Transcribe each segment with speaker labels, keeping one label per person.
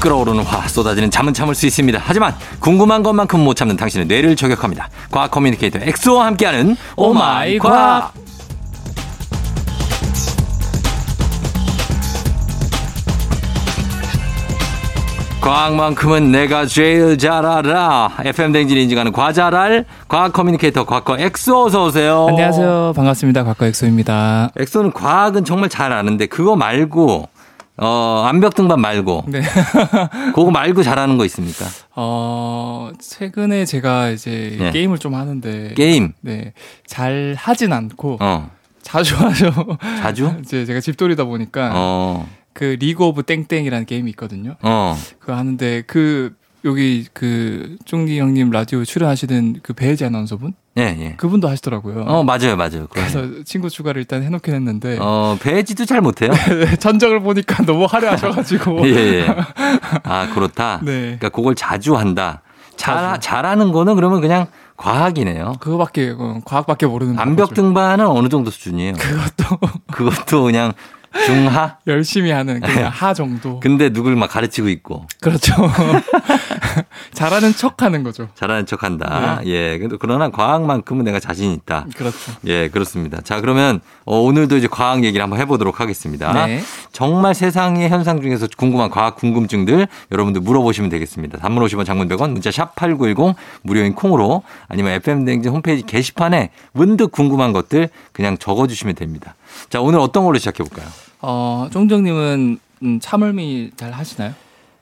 Speaker 1: 끓어오르는 화 쏟아지는 잠은 참을 수 있습니다. 하지만 궁금한 것만큼 못 참는 당신의 뇌를 저격합니다. 과학 커뮤니케이터 엑소와 함께하는 오마이 과학. 과학만큼은 내가 제일 잘 알아. FM 댕진 인증하는 과자랄 과학 커뮤니케이터 과거 엑소 어서 오세요.
Speaker 2: 안녕하세요. 반갑습니다. 과거 엑소입니다.
Speaker 1: 엑소는 과학은 정말 잘 아는데 그거 말고 어 암벽 등반 말고
Speaker 2: 네.
Speaker 1: 그거 말고 잘하는 거 있습니까?
Speaker 2: 어, 최근에 제가 이제
Speaker 1: 네.
Speaker 2: 게임을 좀 하는데
Speaker 1: 게임.
Speaker 2: 네. 잘 하진 않고
Speaker 1: 어.
Speaker 2: 자주 하죠.
Speaker 1: 자주?
Speaker 2: 이제 제가 집돌이다 보니까
Speaker 1: 어.
Speaker 2: 그 리그 오브 땡땡이라는 게임이 있거든요.
Speaker 1: 어.
Speaker 2: 그거 하는데 그 여기 그 쫑디 형님 라디오 출연하시는 그 배혜지 아나운서분
Speaker 1: 예, 예.
Speaker 2: 그분도 하시더라고요.
Speaker 1: 어, 맞아요, 맞아요. 그래서
Speaker 2: 그래서 친구 추가를 일단 해놓긴 했는데
Speaker 1: 어, 배지도 잘 못해요.
Speaker 2: 전적을 보니까 너무 화려하셔가지고
Speaker 1: 예, 예. 아, 그렇다.
Speaker 2: 네
Speaker 1: 그러니까 그걸 자주 한다. 잘,
Speaker 2: 자주.
Speaker 1: 하- 잘하는 거는 그러면 그냥 과학이네요.
Speaker 2: 그거밖에 어, 과학밖에 모르는
Speaker 1: 암벽
Speaker 2: 거죠.
Speaker 1: 등반은 어느 정도 수준이에요?
Speaker 2: 그것도
Speaker 1: 그것도 그냥 중하?
Speaker 2: 열심히 하는 네. 그냥 하 정도
Speaker 1: 근데 누굴 막 가르치고 있고
Speaker 2: 그렇죠 잘하는 척하는 거죠
Speaker 1: 잘하는 척 한다. 예. 근데 그러나 과학만큼은 내가 자신 있다.
Speaker 2: 그렇죠
Speaker 1: 예, 그렇습니다. 자, 그러면 어, 오늘도 이제 과학 얘기를 한번 해보도록 하겠습니다.
Speaker 2: 네.
Speaker 1: 정말 세상의 현상 중에서 궁금한 과학 궁금증들 여러분들 물어보시면 되겠습니다. 단문 50원 장문 100원 문자 샵 8910 무료인 콩으로 아니면 FM대행진 홈페이지 게시판에 문득 궁금한 것들 그냥 적어주시면 됩니다. 자, 오늘 어떤 걸로 시작해볼까요?
Speaker 2: 어 쫑정님은 음, 참을미 잘 하시나요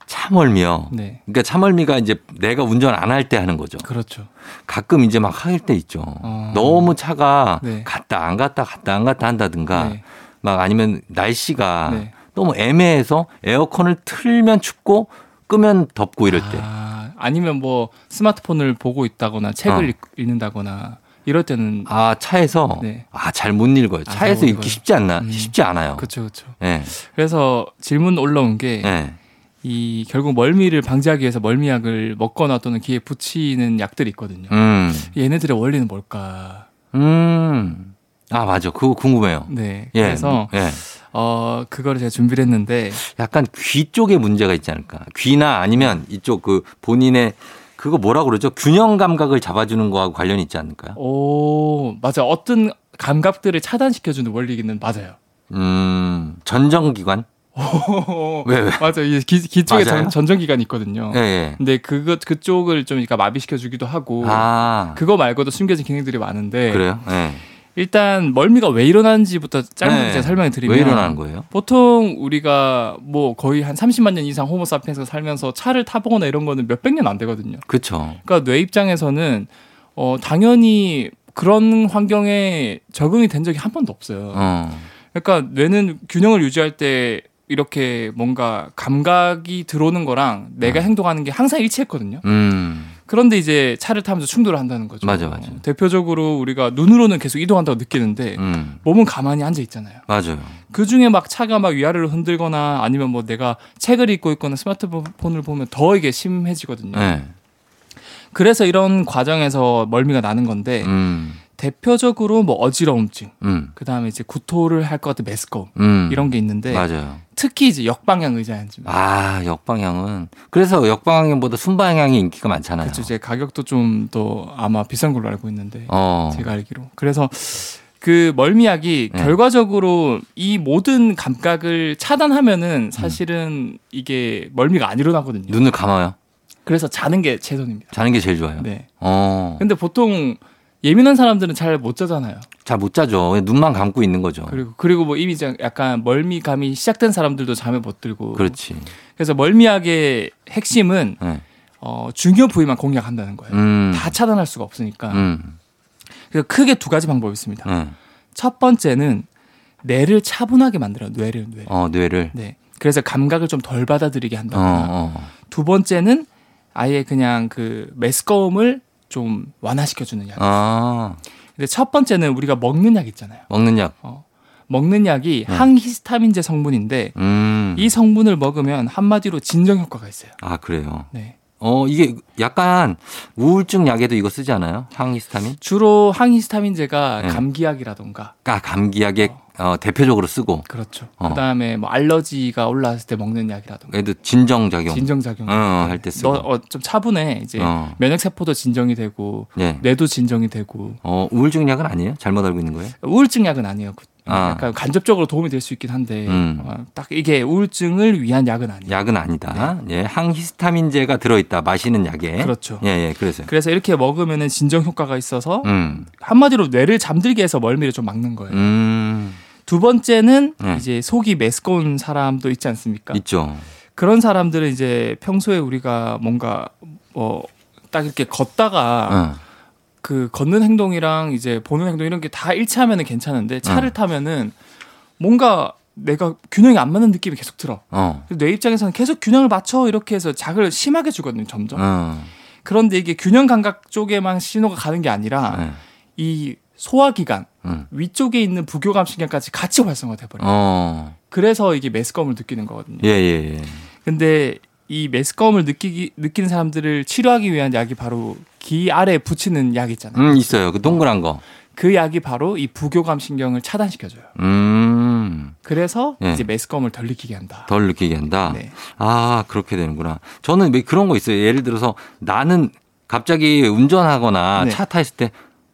Speaker 1: 참얼미요.
Speaker 2: 네
Speaker 1: 그러니까 참얼미가 이제 내가 운전 안 할 때 하는 거죠.
Speaker 2: 그렇죠
Speaker 1: 가끔 이제 막 할 때 있죠.
Speaker 2: 어.
Speaker 1: 너무 차가
Speaker 2: 네.
Speaker 1: 갔다 안 갔다 갔다 안 갔다 한다든가
Speaker 2: 네.
Speaker 1: 막 아니면 날씨가
Speaker 2: 네.
Speaker 1: 너무 애매해서 에어컨을 틀면 춥고 끄면 덥고 이럴 때.
Speaker 2: 아, 아니면 뭐 스마트폰을 보고 있다거나 책을
Speaker 1: 어.
Speaker 2: 읽, 읽는다거나 이럴 때는
Speaker 1: 아, 차에서
Speaker 2: 네.
Speaker 1: 아, 잘 못 읽어요.
Speaker 2: 아,
Speaker 1: 차에서
Speaker 2: 못
Speaker 1: 읽기
Speaker 2: 읽어요.
Speaker 1: 쉽지 않나?
Speaker 2: 음.
Speaker 1: 쉽지 않아요.
Speaker 2: 그렇죠 네. 그렇죠
Speaker 1: 예.
Speaker 2: 그래서 질문 올라온 게 이
Speaker 1: 예.
Speaker 2: 결국 멀미를 방지하기 위해서 멀미약을 먹거나 또는 귀에 붙이는 약들이 있거든요
Speaker 1: 음.
Speaker 2: 얘네들의 원리는 뭘까
Speaker 1: 음. 아, 맞아. 그거 궁금해요.
Speaker 2: 네
Speaker 1: 예.
Speaker 2: 그래서
Speaker 1: 예.
Speaker 2: 어, 그거를 제가 준비를 했는데,
Speaker 1: 약간 귀 쪽에 문제가 있지 않을까? 귀나 아니면 이쪽 그 본인의 그거 뭐라 그러죠? 균형 감각을 잡아주는 거하고 관련이 있지 않을까요?
Speaker 2: 오, 맞아. 어떤 감각들을 차단시켜주는 원리기는 맞아요.
Speaker 1: 음, 전정기관? 왜, 왜?
Speaker 2: 맞아요. 이 귀, 귀 쪽에
Speaker 1: 맞아요?
Speaker 2: 전, 전정기관이 있거든요.
Speaker 1: 예, 예.
Speaker 2: 근데 그거, 그쪽을 좀 그러니까 마비시켜주기도 하고,
Speaker 1: 아,
Speaker 2: 그거 말고도 숨겨진 기능들이 많은데,
Speaker 1: 그, 래요 예.
Speaker 2: 일단 멀미가 왜 일어나는지부터 짧게
Speaker 1: 네.
Speaker 2: 제가 설명해 드리면,
Speaker 1: 왜 일어나는 거예요?
Speaker 2: 보통 우리가 뭐 거의 한 30만 년 이상 호모사피엔스가 살면서 차를 타보거나 이런 거는 몇백 년 안 되거든요.
Speaker 1: 그쵸.
Speaker 2: 그러니까 뇌 입장에서는 어 당연히 그런 환경에 적응이 된 적이 한 번도 없어요.
Speaker 1: 어.
Speaker 2: 그러니까 뇌는 균형을 유지할 때 이렇게 뭔가 감각이 들어오는 거랑 내가
Speaker 1: 음.
Speaker 2: 행동하는 게 항상 일치했거든요.
Speaker 1: 음,
Speaker 2: 그런데 이제 차를 타면서 충돌을 한다는 거죠.
Speaker 1: 맞아, 맞아.
Speaker 2: 대표적으로 우리가 눈으로는 계속 이동한다고 느끼는데
Speaker 1: 음.
Speaker 2: 몸은 가만히 앉아 있잖아요.
Speaker 1: 맞아요.
Speaker 2: 그 중에 막 차가 막 위아래로 흔들거나 아니면 뭐 내가 책을 읽고 있거나 스마트폰을 보면 더 이게 심해지거든요.
Speaker 1: 예.
Speaker 2: 그래서 이런 과정에서 멀미가 나는 건데
Speaker 1: 음,
Speaker 2: 대표적으로 뭐 어지러움증,
Speaker 1: 음,
Speaker 2: 그 다음에 이제 구토를 할 것 같은 메스꺼움
Speaker 1: 음.
Speaker 2: 이런 게 있는데
Speaker 1: 맞아요.
Speaker 2: 특히 이제 역방향 의자였죠.
Speaker 1: 아, 역방향은. 그래서 역방향보다 순방향이 인기가 많잖아요.
Speaker 2: 그렇죠. 제 가격도 좀 더 아마 비싼 걸로 알고 있는데
Speaker 1: 어.
Speaker 2: 제가 알기로. 그래서 그 멀미약이
Speaker 1: 네.
Speaker 2: 결과적으로 이 모든 감각을
Speaker 1: 음.
Speaker 2: 차단하면은 사실은 이게 멀미가 안 일어나거든요.
Speaker 1: 눈을 감아요.
Speaker 2: 그래서 자는 게 최선입니다.
Speaker 1: 자는 게 제일 좋아요.
Speaker 2: 네.
Speaker 1: 어.
Speaker 2: 근데 보통 예민한 사람들은 잘 못 자잖아요.
Speaker 1: 잘 못 자죠. 그냥 눈만 감고 있는 거죠.
Speaker 2: 그리고 그리고 뭐 이미 이제 약간 멀미감이 시작된 사람들도 잠에 못 들고
Speaker 1: 그렇지.
Speaker 2: 그래서 멀미약의 핵심은
Speaker 1: 네.
Speaker 2: 어, 중요 부위만 공략한다는 거예요.
Speaker 1: 음.
Speaker 2: 다 차단할 수가 없으니까.
Speaker 1: 음.
Speaker 2: 그래서 크게 두 가지 방법이 있습니다.
Speaker 1: 음.
Speaker 2: 첫 번째는 뇌를 차분하게 만들어요. 뇌를 뇌.
Speaker 1: 어, 뇌를.
Speaker 2: 네. 그래서 감각을 좀 덜 받아들이게
Speaker 1: 어,
Speaker 2: 한다거나.
Speaker 1: 어.
Speaker 2: 두 번째는 아예 그냥 그 메스꺼움을 좀 완화시켜 주는 약.
Speaker 1: 아,
Speaker 2: 근데 첫 번째는 우리가 먹는 약 있잖아요.
Speaker 1: 먹는 약.
Speaker 2: 어. 먹는 약이
Speaker 1: 네.
Speaker 2: 항히스타민제 성분인데
Speaker 1: 음.
Speaker 2: 이 성분을 먹으면 한마디로 진정 효과가 있어요.
Speaker 1: 아, 그래요.
Speaker 2: 네.
Speaker 1: 어, 이게 약간 우울증 약에도 이거 쓰지 않아요? 항히스타민?
Speaker 2: 주로 항히스타민제가
Speaker 1: 네.
Speaker 2: 감기약이라던가
Speaker 1: 아, 감기약에 어, 대표적으로 쓰고
Speaker 2: 그렇죠.
Speaker 1: 어.
Speaker 2: 그다음에 뭐 알러지가 올라왔을 때 먹는 약이라든가
Speaker 1: 얘도 진정작용
Speaker 2: 진정작용.
Speaker 1: 어, 할 때 쓰고
Speaker 2: 너, 어, 좀 차분해. 이제
Speaker 1: 어.
Speaker 2: 면역 세포도 진정이 되고
Speaker 1: 네.
Speaker 2: 뇌도 진정이 되고
Speaker 1: 어, 우울증 약은 아니에요? 잘못 알고 있는 거예요?
Speaker 2: 우울증 약은 아니에요. 그-
Speaker 1: 아.
Speaker 2: 약간 간접적으로 도움이 될 수 있긴 한데
Speaker 1: 음.
Speaker 2: 어, 딱 이게 우울증을 위한 약은 아니에요.
Speaker 1: 약은 아니다. 예, 항히스타민제가 들어있다. 마시는 약에.
Speaker 2: 네. 그렇죠. 그
Speaker 1: 예, 예, 그래서요.
Speaker 2: 그래서 이렇게 먹으면 진정 효과가 있어서
Speaker 1: 음,
Speaker 2: 한마디로 뇌를 잠들게 해서 멀미를 좀 막는 거예요.
Speaker 1: 음,
Speaker 2: 두 번째는
Speaker 1: 네.
Speaker 2: 이제 속이 메스꺼운 사람도 있지 않습니까?
Speaker 1: 있죠.
Speaker 2: 그런 사람들은 이제 평소에 우리가 뭔가 뭐 딱 이렇게 걷다가
Speaker 1: 어.
Speaker 2: 그 걷는 행동이랑 이제 보는 행동 이런 게 다 일치하면은 괜찮은데 차를 타면은 뭔가 내가 균형이 안 맞는 느낌이 계속 들어.
Speaker 1: 어.
Speaker 2: 그래서 뇌 입장에서는 계속 균형을 맞춰 이렇게 해서 작을 심하게 주거든요, 점점.
Speaker 1: 어.
Speaker 2: 그런데 이게 균형 감각 쪽에만 신호가 가는 게 아니라
Speaker 1: 예.
Speaker 2: 이 소화기관
Speaker 1: 음.
Speaker 2: 위쪽에 있는 부교감 신경까지 같이 활성화 돼버려. 요
Speaker 1: 어.
Speaker 2: 그래서 이게 메스꺼움을 느끼는 거거든요.
Speaker 1: 예, 예, 예.
Speaker 2: 근데 이 메스꺼움을 느끼기 느끼는 사람들을 치료하기 위한 약이 바로 귀 아래 붙이는 약 있잖아요.
Speaker 1: 음, 있어요. 그 동그란 거.
Speaker 2: 그 약이 바로 이 부교감 신경을 차단시켜줘요.
Speaker 1: 음,
Speaker 2: 그래서
Speaker 1: 네.
Speaker 2: 이제 메스꺼움을 덜 느끼게 한다.
Speaker 1: 덜 느끼게 한다.
Speaker 2: 네.
Speaker 1: 아, 그렇게 되는구나. 저는 왜 그런 거 있어요. 예를 들어서 나는 갑자기 운전하거나
Speaker 2: 네.
Speaker 1: 차 타 있을 때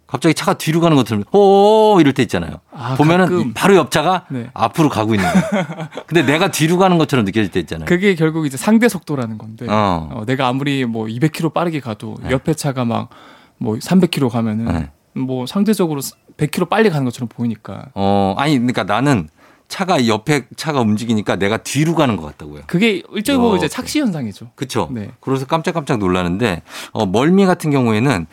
Speaker 1: 갑자기 차가 뒤로 가는 것처럼 오 이럴 때 있잖아요.
Speaker 2: 아,
Speaker 1: 보면은
Speaker 2: 가끔.
Speaker 1: 바로 옆 차가
Speaker 2: 네.
Speaker 1: 앞으로 가고 있는 거예요. 근데 내가 뒤로 가는 것처럼 느껴질 때 있잖아요.
Speaker 2: 그게 결국 이제 상대 속도라는 건데
Speaker 1: 네. 어.
Speaker 2: 어, 내가 아무리 뭐 200km 빠르게 가도 옆에 차가 막 뭐 300km 가면은
Speaker 1: 네.
Speaker 2: 뭐 상대적으로 100km 빨리 가는 것처럼 보이니까
Speaker 1: 어, 아니 그러니까 나는 차가 옆에 차가 움직이니까 내가 뒤로 가는 것 같다고요.
Speaker 2: 그게 일종의 보면 이제
Speaker 1: 이렇게.
Speaker 2: 착시 현상이죠.
Speaker 1: 그렇죠.
Speaker 2: 네.
Speaker 1: 그래서 깜짝깜짝 놀라는데 어, 멀미 같은 경우에는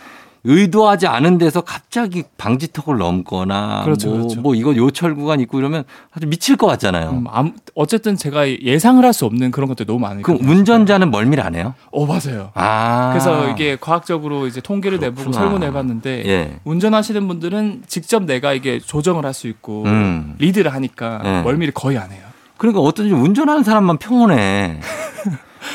Speaker 1: 의도하지 않은 데서 갑자기 방지턱을 넘거나
Speaker 2: 그렇죠,
Speaker 1: 뭐,
Speaker 2: 그렇죠.
Speaker 1: 뭐 이거 요철 구간 있고 이러면 아주 미칠 것 같잖아요.
Speaker 2: 음, 아무- 어쨌든 제가 예상을 할 수 없는 네, 그런 것들이 너무 많으니까.
Speaker 1: 그럼 운전자는 멀미를 안 해요?
Speaker 2: 어 맞아요.
Speaker 1: 아.
Speaker 2: 그렇죠. 그래서 이게 과학적으로 이제 통계를 내보고
Speaker 1: 그렇구나.
Speaker 2: 설문해봤는데
Speaker 1: 예.
Speaker 2: 운전하시는 분들은 직접 내가 이게 조정을 할 수 있고
Speaker 1: 음.
Speaker 2: 리드를 하니까
Speaker 1: 네.
Speaker 2: 멀미를 거의 안 해요.
Speaker 1: 그러니까 어떤지 운전하는 사람만 평온해.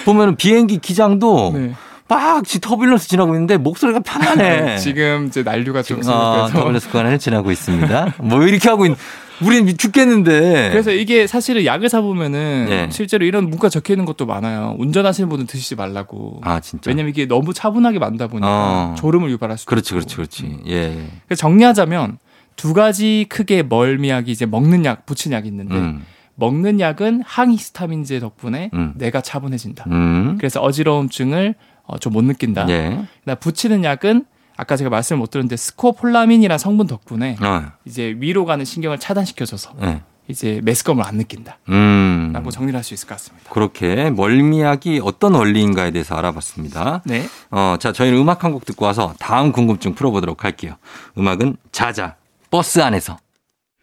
Speaker 1: 보면은 비행기 기장도
Speaker 2: 네.
Speaker 1: 막 지- 터뷸런스 지나고 있는데 목소리가 편안해.
Speaker 2: 지금 이제 난류가 좀
Speaker 1: 어,
Speaker 2: 생겨서
Speaker 1: 터뷸런스 구간을 지나고 있습니다. 뭐 이렇게 하고 있는 우린 죽겠는데.
Speaker 2: 그래서 이게 사실은 약을 사보면은
Speaker 1: 네.
Speaker 2: 실제로 이런 문구가 적혀 있는 것도 많아요. 운전하시는 분은 드시지 말라고.
Speaker 1: 아 진짜.
Speaker 2: 왜냐면 이게 너무 차분하게 만다 보니까
Speaker 1: 어.
Speaker 2: 졸음을 유발할 수
Speaker 1: 그렇지,
Speaker 2: 있고.
Speaker 1: 그렇지, 그렇지. 예.
Speaker 2: 그래서 정리하자면 두 가지 크게 멀미약이 이제 먹는 약, 붙인 약이 있는데
Speaker 1: 음.
Speaker 2: 먹는 약은 항히스타민제 덕분에
Speaker 1: 음.
Speaker 2: 내가 차분해진다.
Speaker 1: 음.
Speaker 2: 그래서 어지러움증을 좀 못 느낀다.
Speaker 1: 예.
Speaker 2: 그다음 붙이는 약은 아까 제가 말씀을 못 드렸는데 스코폴라민이라는 성분 덕분에
Speaker 1: 어.
Speaker 2: 이제 위로 가는 신경을 차단시켜줘서
Speaker 1: 예.
Speaker 2: 이제 메스꺼움을 안 느낀다라고
Speaker 1: 음.
Speaker 2: 정리를 할 수 있을 것 같습니다.
Speaker 1: 그렇게 멀미약이 어떤 원리인가에 대해서 알아봤습니다.
Speaker 2: 네.
Speaker 1: 어, 자, 저희는 음악 한 곡 듣고 와서 다음 궁금증 풀어보도록 할게요. 음악은 자자, 버스 안에서.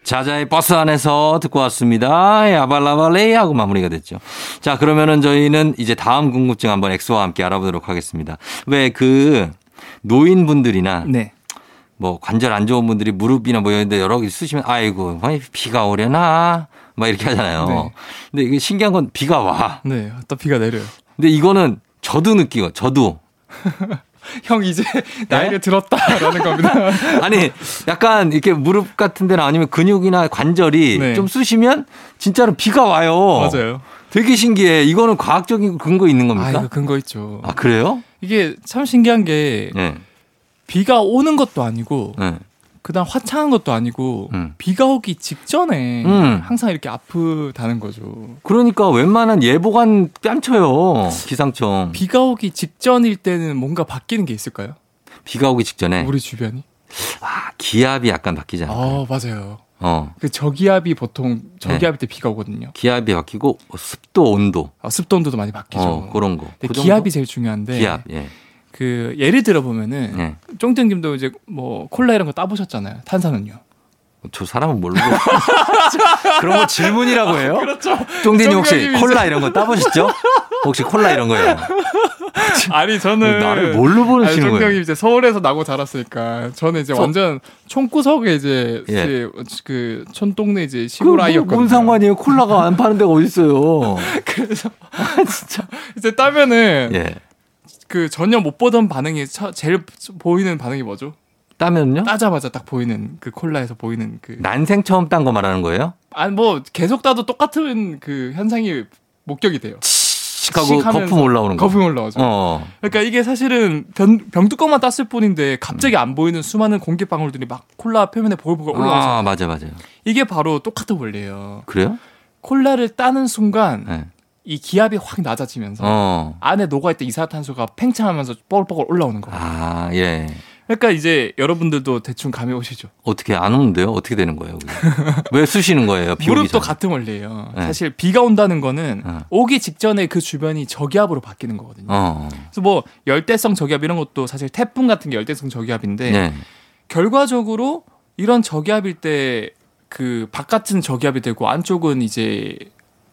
Speaker 1: 자자의 버스 안에서 듣고 왔습니다. 야발라발레이 하고 마무리가 됐죠. 자, 그러면은 저희는 이제 다음 궁금증 한번 엑소와 함께 알아보도록 하겠습니다. 왜 그 노인분들이나
Speaker 2: 네.
Speaker 1: 뭐 관절 안 좋은 분들이 무릎이나 뭐 이런데 여러 개 쑤시면 아이고 아이, 비가 오려나 막 이렇게 하잖아요.
Speaker 2: 네.
Speaker 1: 근데 이게 신기한 건 비가 와.
Speaker 2: 네. 또 비가 내려요.
Speaker 1: 근데 이거는 저도 느끼고 저도
Speaker 2: 형 이제 나이를 들었다라는 겁니다.
Speaker 1: 아니 약간 이렇게 무릎 같은 데나 아니면 근육이나 관절이
Speaker 2: 네.
Speaker 1: 좀 쑤시면 진짜로 비가 와요.
Speaker 2: 맞아요.
Speaker 1: 되게 신기해. 이거는 과학적인 근거 있는
Speaker 2: 아
Speaker 1: 겁니까?
Speaker 2: 이거 근거 있죠. 네.
Speaker 1: 아, 그래요?
Speaker 2: 이게 참 신기한 게
Speaker 1: 예.
Speaker 2: 비가 오는 것도 아니고
Speaker 1: 예.
Speaker 2: 그다음 화창한 것도 아니고
Speaker 1: 음.
Speaker 2: 비가 오기 직전에
Speaker 1: 음.
Speaker 2: 항상 이렇게 아프다는 거죠.
Speaker 1: 그러니까 웬만한 예보관 뺨쳐요. 기상청.
Speaker 2: 비가 오기 직전일 때는 뭔가 바뀌는 게 있을까요?
Speaker 1: 비가 오기 직전에
Speaker 2: 우리 주변이?
Speaker 1: 아, 기압이 약간 바뀌지 않을까요? 네.
Speaker 2: 아 맞아요.
Speaker 1: 어.
Speaker 2: 그 저기압이 보통 저기압일 때 비가 오거든요.
Speaker 1: 기압이 바뀌고 뭐 습도, 온도.
Speaker 2: 아, 습도 온도도 많이 바뀌죠.
Speaker 1: 어, 그런 거.
Speaker 2: 근데
Speaker 1: 그 정도?
Speaker 2: 기압이 네. 제일 중요한데
Speaker 1: 기압. 예.
Speaker 2: 그 예를 들어 보면은
Speaker 1: 예.
Speaker 2: 쫑땡님도 이제 뭐 콜라 이런 거 따보셨잖아요. 탄산음료.
Speaker 1: 저 사람은 모르고 그런 거 질문이라고 해요?
Speaker 2: 그렇죠.
Speaker 1: 쫑디님 혹시
Speaker 2: 쫑디님
Speaker 1: 콜라 이런 거 따보셨죠? 혹시 콜라 이런 거예요? 뭐
Speaker 2: 아니 저는
Speaker 1: 나를 뭘로
Speaker 2: 네. 아니,
Speaker 1: 보시는
Speaker 2: 쫑
Speaker 1: 거예요? 그
Speaker 2: 이제 서울에서 나고 자랐으니까 저는 이제
Speaker 1: 서-
Speaker 2: 완전 총구석에 이제
Speaker 1: 예.
Speaker 2: 이제 그 촌동네 이제
Speaker 1: 그거
Speaker 2: 시골
Speaker 1: 뭐-
Speaker 2: 아이였거든요.
Speaker 1: 뭔 상관이에요? 콜라가 안 파는 데가 어딨어요?
Speaker 2: 그래서 아,
Speaker 1: 진짜.
Speaker 2: 이제 따면은
Speaker 1: 예.
Speaker 2: 그 전혀 못 보던 반응이 처- 제일 보이는 반응이 뭐죠?
Speaker 1: 따면요?
Speaker 2: 따자마자 딱 보이는 그 콜라에서 보이는 그
Speaker 1: 난생 처음 딴 거 말하는 거예요?
Speaker 2: 아니 뭐 계속 따도 똑같은 그 현상이 목격이 돼요.
Speaker 1: 칙하고
Speaker 2: 하면서
Speaker 1: 거품 올라오는 거.
Speaker 2: 거품 올라오죠.
Speaker 1: 어.
Speaker 2: 그러니까 이게 사실은 병, 병뚜껑만 땄을 뿐인데
Speaker 1: 음.
Speaker 2: 갑자기 안 보이는 수많은 공기 방울들이 막 콜라 표면에 보글보글 올라와서
Speaker 1: 아, 맞아, 맞아요.
Speaker 2: 이게 바로 똑같은 원리예요.
Speaker 1: 그래요?
Speaker 2: 콜라를 따는 순간
Speaker 1: 네.
Speaker 2: 이 기압이 확 낮아지면서
Speaker 1: 어.
Speaker 2: 안에 녹아있던 이산화탄소가 팽창하면서 뻐글뻐글 올라오는 거예요.
Speaker 1: 아, 예.
Speaker 2: 그러니까 이제 여러분들도 대충 감이 오시죠.
Speaker 1: 어떻게 안 오는데요? 어떻게 되는 거예요? 그게? 왜 쑤시는 거예요? 비 오기
Speaker 2: 무릎도
Speaker 1: 전에?
Speaker 2: 같은 원리예요.
Speaker 1: 네.
Speaker 2: 사실 비가 온다는 거는
Speaker 1: 어.
Speaker 2: 오기 직전에 그 주변이 저기압으로 바뀌는 거거든요.
Speaker 1: 어.
Speaker 2: 그래서 뭐 열대성 저기압 이런 것도 사실 태풍 같은 게 열대성 저기압인데
Speaker 1: 네.
Speaker 2: 결과적으로 이런 저기압일 때 그 바깥은 저기압이 되고 안쪽은 이제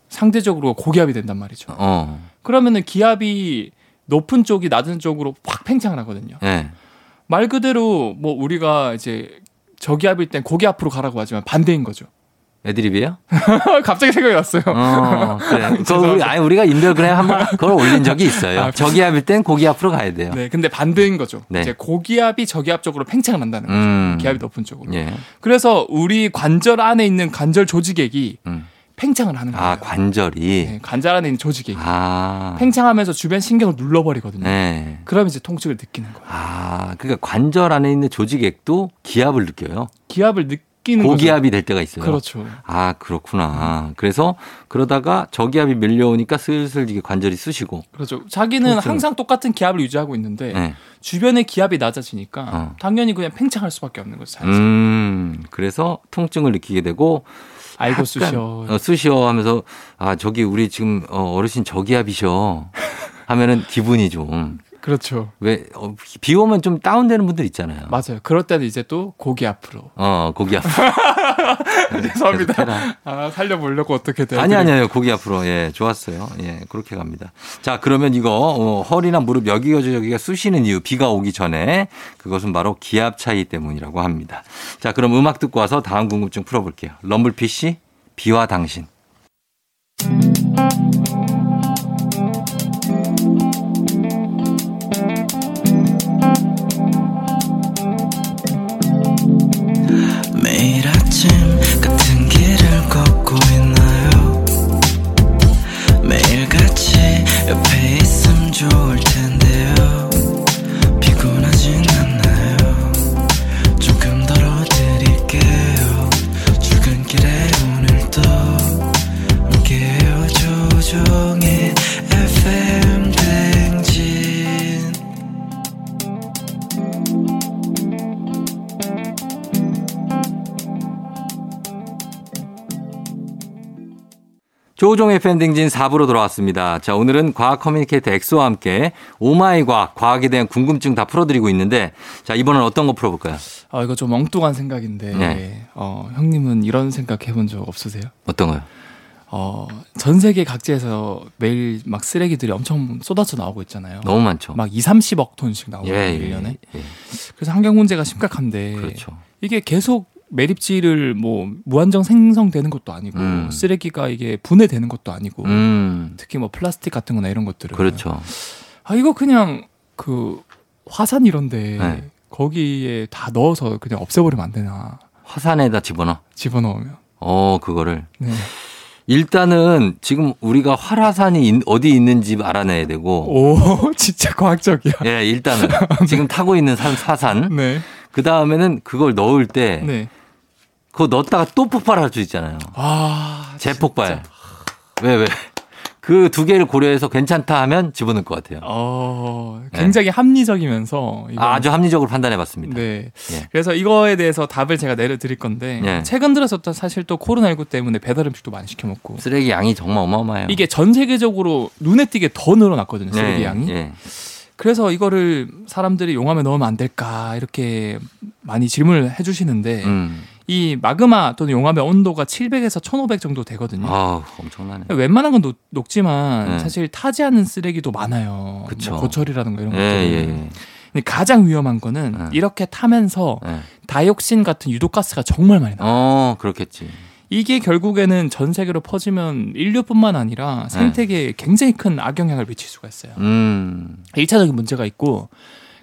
Speaker 2: 상대적으로 고기압이 된단 말이죠.
Speaker 1: 어.
Speaker 2: 그러면은 기압이 높은 쪽이 낮은 쪽으로 확 팽창을 하거든요.
Speaker 1: 네.
Speaker 2: 말 그대로 뭐 우리가 이제 저기압일 땐 고기압으로 가라고 하지만 반대인 거죠.
Speaker 1: 애드립이에요?
Speaker 2: 갑자기 생각이 났어요.
Speaker 1: 어, 그래. 그거 우리, 아니, 우리가 인별그램 한번 그걸 올린 적이 있어요.
Speaker 2: 아,
Speaker 1: 저기압일 땐 고기압으로 가야 돼요.
Speaker 2: 네, 근데 반대인 거죠.
Speaker 1: 네.
Speaker 2: 이제 고기압이 저기압 쪽으로 팽창을 한다는 거죠.
Speaker 1: 음.
Speaker 2: 기압이 높은 쪽으로.
Speaker 1: 예.
Speaker 2: 그래서 우리 관절 안에 있는 관절 조직액이
Speaker 1: 음.
Speaker 2: 팽창을 하는 거예요.
Speaker 1: 아, 관절이.
Speaker 2: 네, 관절 안에 있는 조직액이
Speaker 1: 아.
Speaker 2: 팽창하면서 주변 신경을 눌러버리거든요.
Speaker 1: 네.
Speaker 2: 그럼 이제 통증을 느끼는 거예요.
Speaker 1: 아, 그러니까 관절 안에 있는 조직액도 기압을 느껴요.
Speaker 2: 기압을 느끼는 거죠.
Speaker 1: 고기압이 될 때가 있어요.
Speaker 2: 그렇죠.
Speaker 1: 아, 그렇구나. 그래서 그러다가 저기압이 밀려오니까 슬슬 이게 관절이 쑤시고.
Speaker 2: 그렇죠. 자기는
Speaker 1: 통증을.
Speaker 2: 항상 똑같은 기압을 유지하고 있는데
Speaker 1: 네.
Speaker 2: 주변의 기압이 낮아지니까
Speaker 1: 어.
Speaker 2: 당연히 그냥 팽창할 수밖에 없는 거죠. 사실.
Speaker 1: 음, 그래서 통증을 느끼게 되고 음,
Speaker 2: 알고
Speaker 1: 약간,
Speaker 2: 쓰셔.
Speaker 1: 어, 쑤셔 하면서 아 저기 우리 지금 어, 어르신 저기압이셔 하면은 기분이 좀왜
Speaker 2: 그렇죠.
Speaker 1: 어, 비 오면 좀 다운되는 분들 있잖아요.
Speaker 2: 맞아요. 그럴 때는 이제 또 고기압으로.
Speaker 1: 어 고기압.
Speaker 2: 죄송합니다.
Speaker 1: 네,
Speaker 2: 네,
Speaker 1: 계속해라.
Speaker 2: 아, 살려보려고 어떻게 돼요?
Speaker 1: 아니 아니요 고기압으로 예 좋았어요. 예 그렇게 갑니다. 자 그러면 이거 어, 허리나 무릎 여기가 저기가 쑤시는 이유 비가 오기 전에 그것은 바로 기압 차이 때문이라고 합니다. 자 그럼 음악 듣고 와서 다음 궁금증 풀어볼게요. 럼블피쉬 비와 당신.
Speaker 3: 매일 아침 같은 길을 걷고 있나요 매일 같이 옆에 있음 좋을 텐데요 피곤하진 않나요 조금 덜어드릴게요 출근길에 오늘도 함께해요 조종의 FM 댕진
Speaker 1: 조종의 팬딩진 4부로 돌아왔습니다. 자, 오늘은 과학 커뮤니케이터 엑소와 함께 오마이 과학, 과학에 대한 궁금증 다 풀어드리고 있는데, 자, 이번엔 어떤 거 풀어볼까요?
Speaker 2: 아, 이거 좀 엉뚱한 생각인데,
Speaker 1: 네.
Speaker 2: 어, 형님은 이런 생각 해본 적 없으세요?
Speaker 1: 어떤 거요?
Speaker 2: 어, 전 세계 각지에서 매일 막 쓰레기들이 엄청 쏟아져 나오고 있잖아요.
Speaker 1: 너무 많죠.
Speaker 2: 막 2, 30억 톤씩 나오고 예.
Speaker 1: 예, 예,
Speaker 2: 일년에
Speaker 1: 예.
Speaker 2: 그래서 환경 문제가 심각한데
Speaker 1: 그렇죠.
Speaker 2: 이게 계속 매립지를 뭐 무한정 생성되는 것도 아니고
Speaker 1: 음.
Speaker 2: 쓰레기가 이게 분해되는 것도 아니고
Speaker 1: 음,
Speaker 2: 특히 뭐 플라스틱 같은 거나 이런 것들은
Speaker 1: 그렇죠.
Speaker 2: 아 이거 그냥 그 화산 이런데
Speaker 1: 네.
Speaker 2: 거기에 다 넣어서 그냥 없애버리면 안 되나
Speaker 1: 화산에다 집어넣어.
Speaker 2: 집어넣으면
Speaker 1: 어, 그거를.
Speaker 2: 네.
Speaker 1: 일단은 지금 우리가 활화산이 인- 어디 있는지 알아내야 되고,
Speaker 2: 오 진짜 과학적이야
Speaker 1: 예, 일단은 지금 타고 있는 산, 화산.
Speaker 2: 네
Speaker 1: 그 다음에는 그걸 넣을 때,
Speaker 2: 네.
Speaker 1: 그거 넣었다가 또 폭발할 수 있잖아요.
Speaker 2: 아
Speaker 1: 재폭발.
Speaker 2: 진짜.
Speaker 1: 왜 왜? 그 두 개를 고려해서 괜찮다 하면 집어넣을 것 같아요.
Speaker 2: 어 굉장히 합리적이면서
Speaker 1: 네.
Speaker 2: 이거는-
Speaker 1: 아, 주 합리적으로 판단해 봤습니다.
Speaker 2: 네.
Speaker 1: 예.
Speaker 2: 그래서 이거에 대해서 답을 제가 내려드릴 건데
Speaker 1: 예.
Speaker 2: 최근 들어서 또 사실 또 코로나19 때문에 배달 음식도 많이 시켜 먹고
Speaker 1: 쓰레기 양이 정말 어마어마해요.
Speaker 2: 이게 전 세계적으로 눈에 띄게 더 늘어났거든요
Speaker 1: 예,
Speaker 2: 쓰레기 양이.
Speaker 1: 예.
Speaker 2: 그래서 이거를 사람들이 용암에 넣으면 안 될까 이렇게 많이 질문을 해주시는데
Speaker 1: 음.
Speaker 2: 이 마그마 또는 용암의 온도가 700에서 1,500 정도 되거든요.
Speaker 1: 아, 엄청나네.
Speaker 2: 웬만한 건 녹, 녹지만
Speaker 1: 네.
Speaker 2: 사실 타지 않은 쓰레기도 많아요.
Speaker 1: 그쵸.
Speaker 2: 뭐 고철이라든가 이런
Speaker 1: 예,
Speaker 2: 것들.
Speaker 1: 예, 예.
Speaker 2: 근데 가장 위험한 거는
Speaker 1: 네.
Speaker 2: 이렇게 타면서
Speaker 1: 예.
Speaker 2: 다이옥신 같은 유독가스가 정말 많이 나요.
Speaker 1: 어, 그렇겠지.
Speaker 2: 이게 결국에는 전 세계로 퍼지면 인류뿐만 아니라 생태계에 굉장히 큰 악영향을 미칠 수가 있어요.
Speaker 1: 음.
Speaker 2: 일차적인 문제가 있고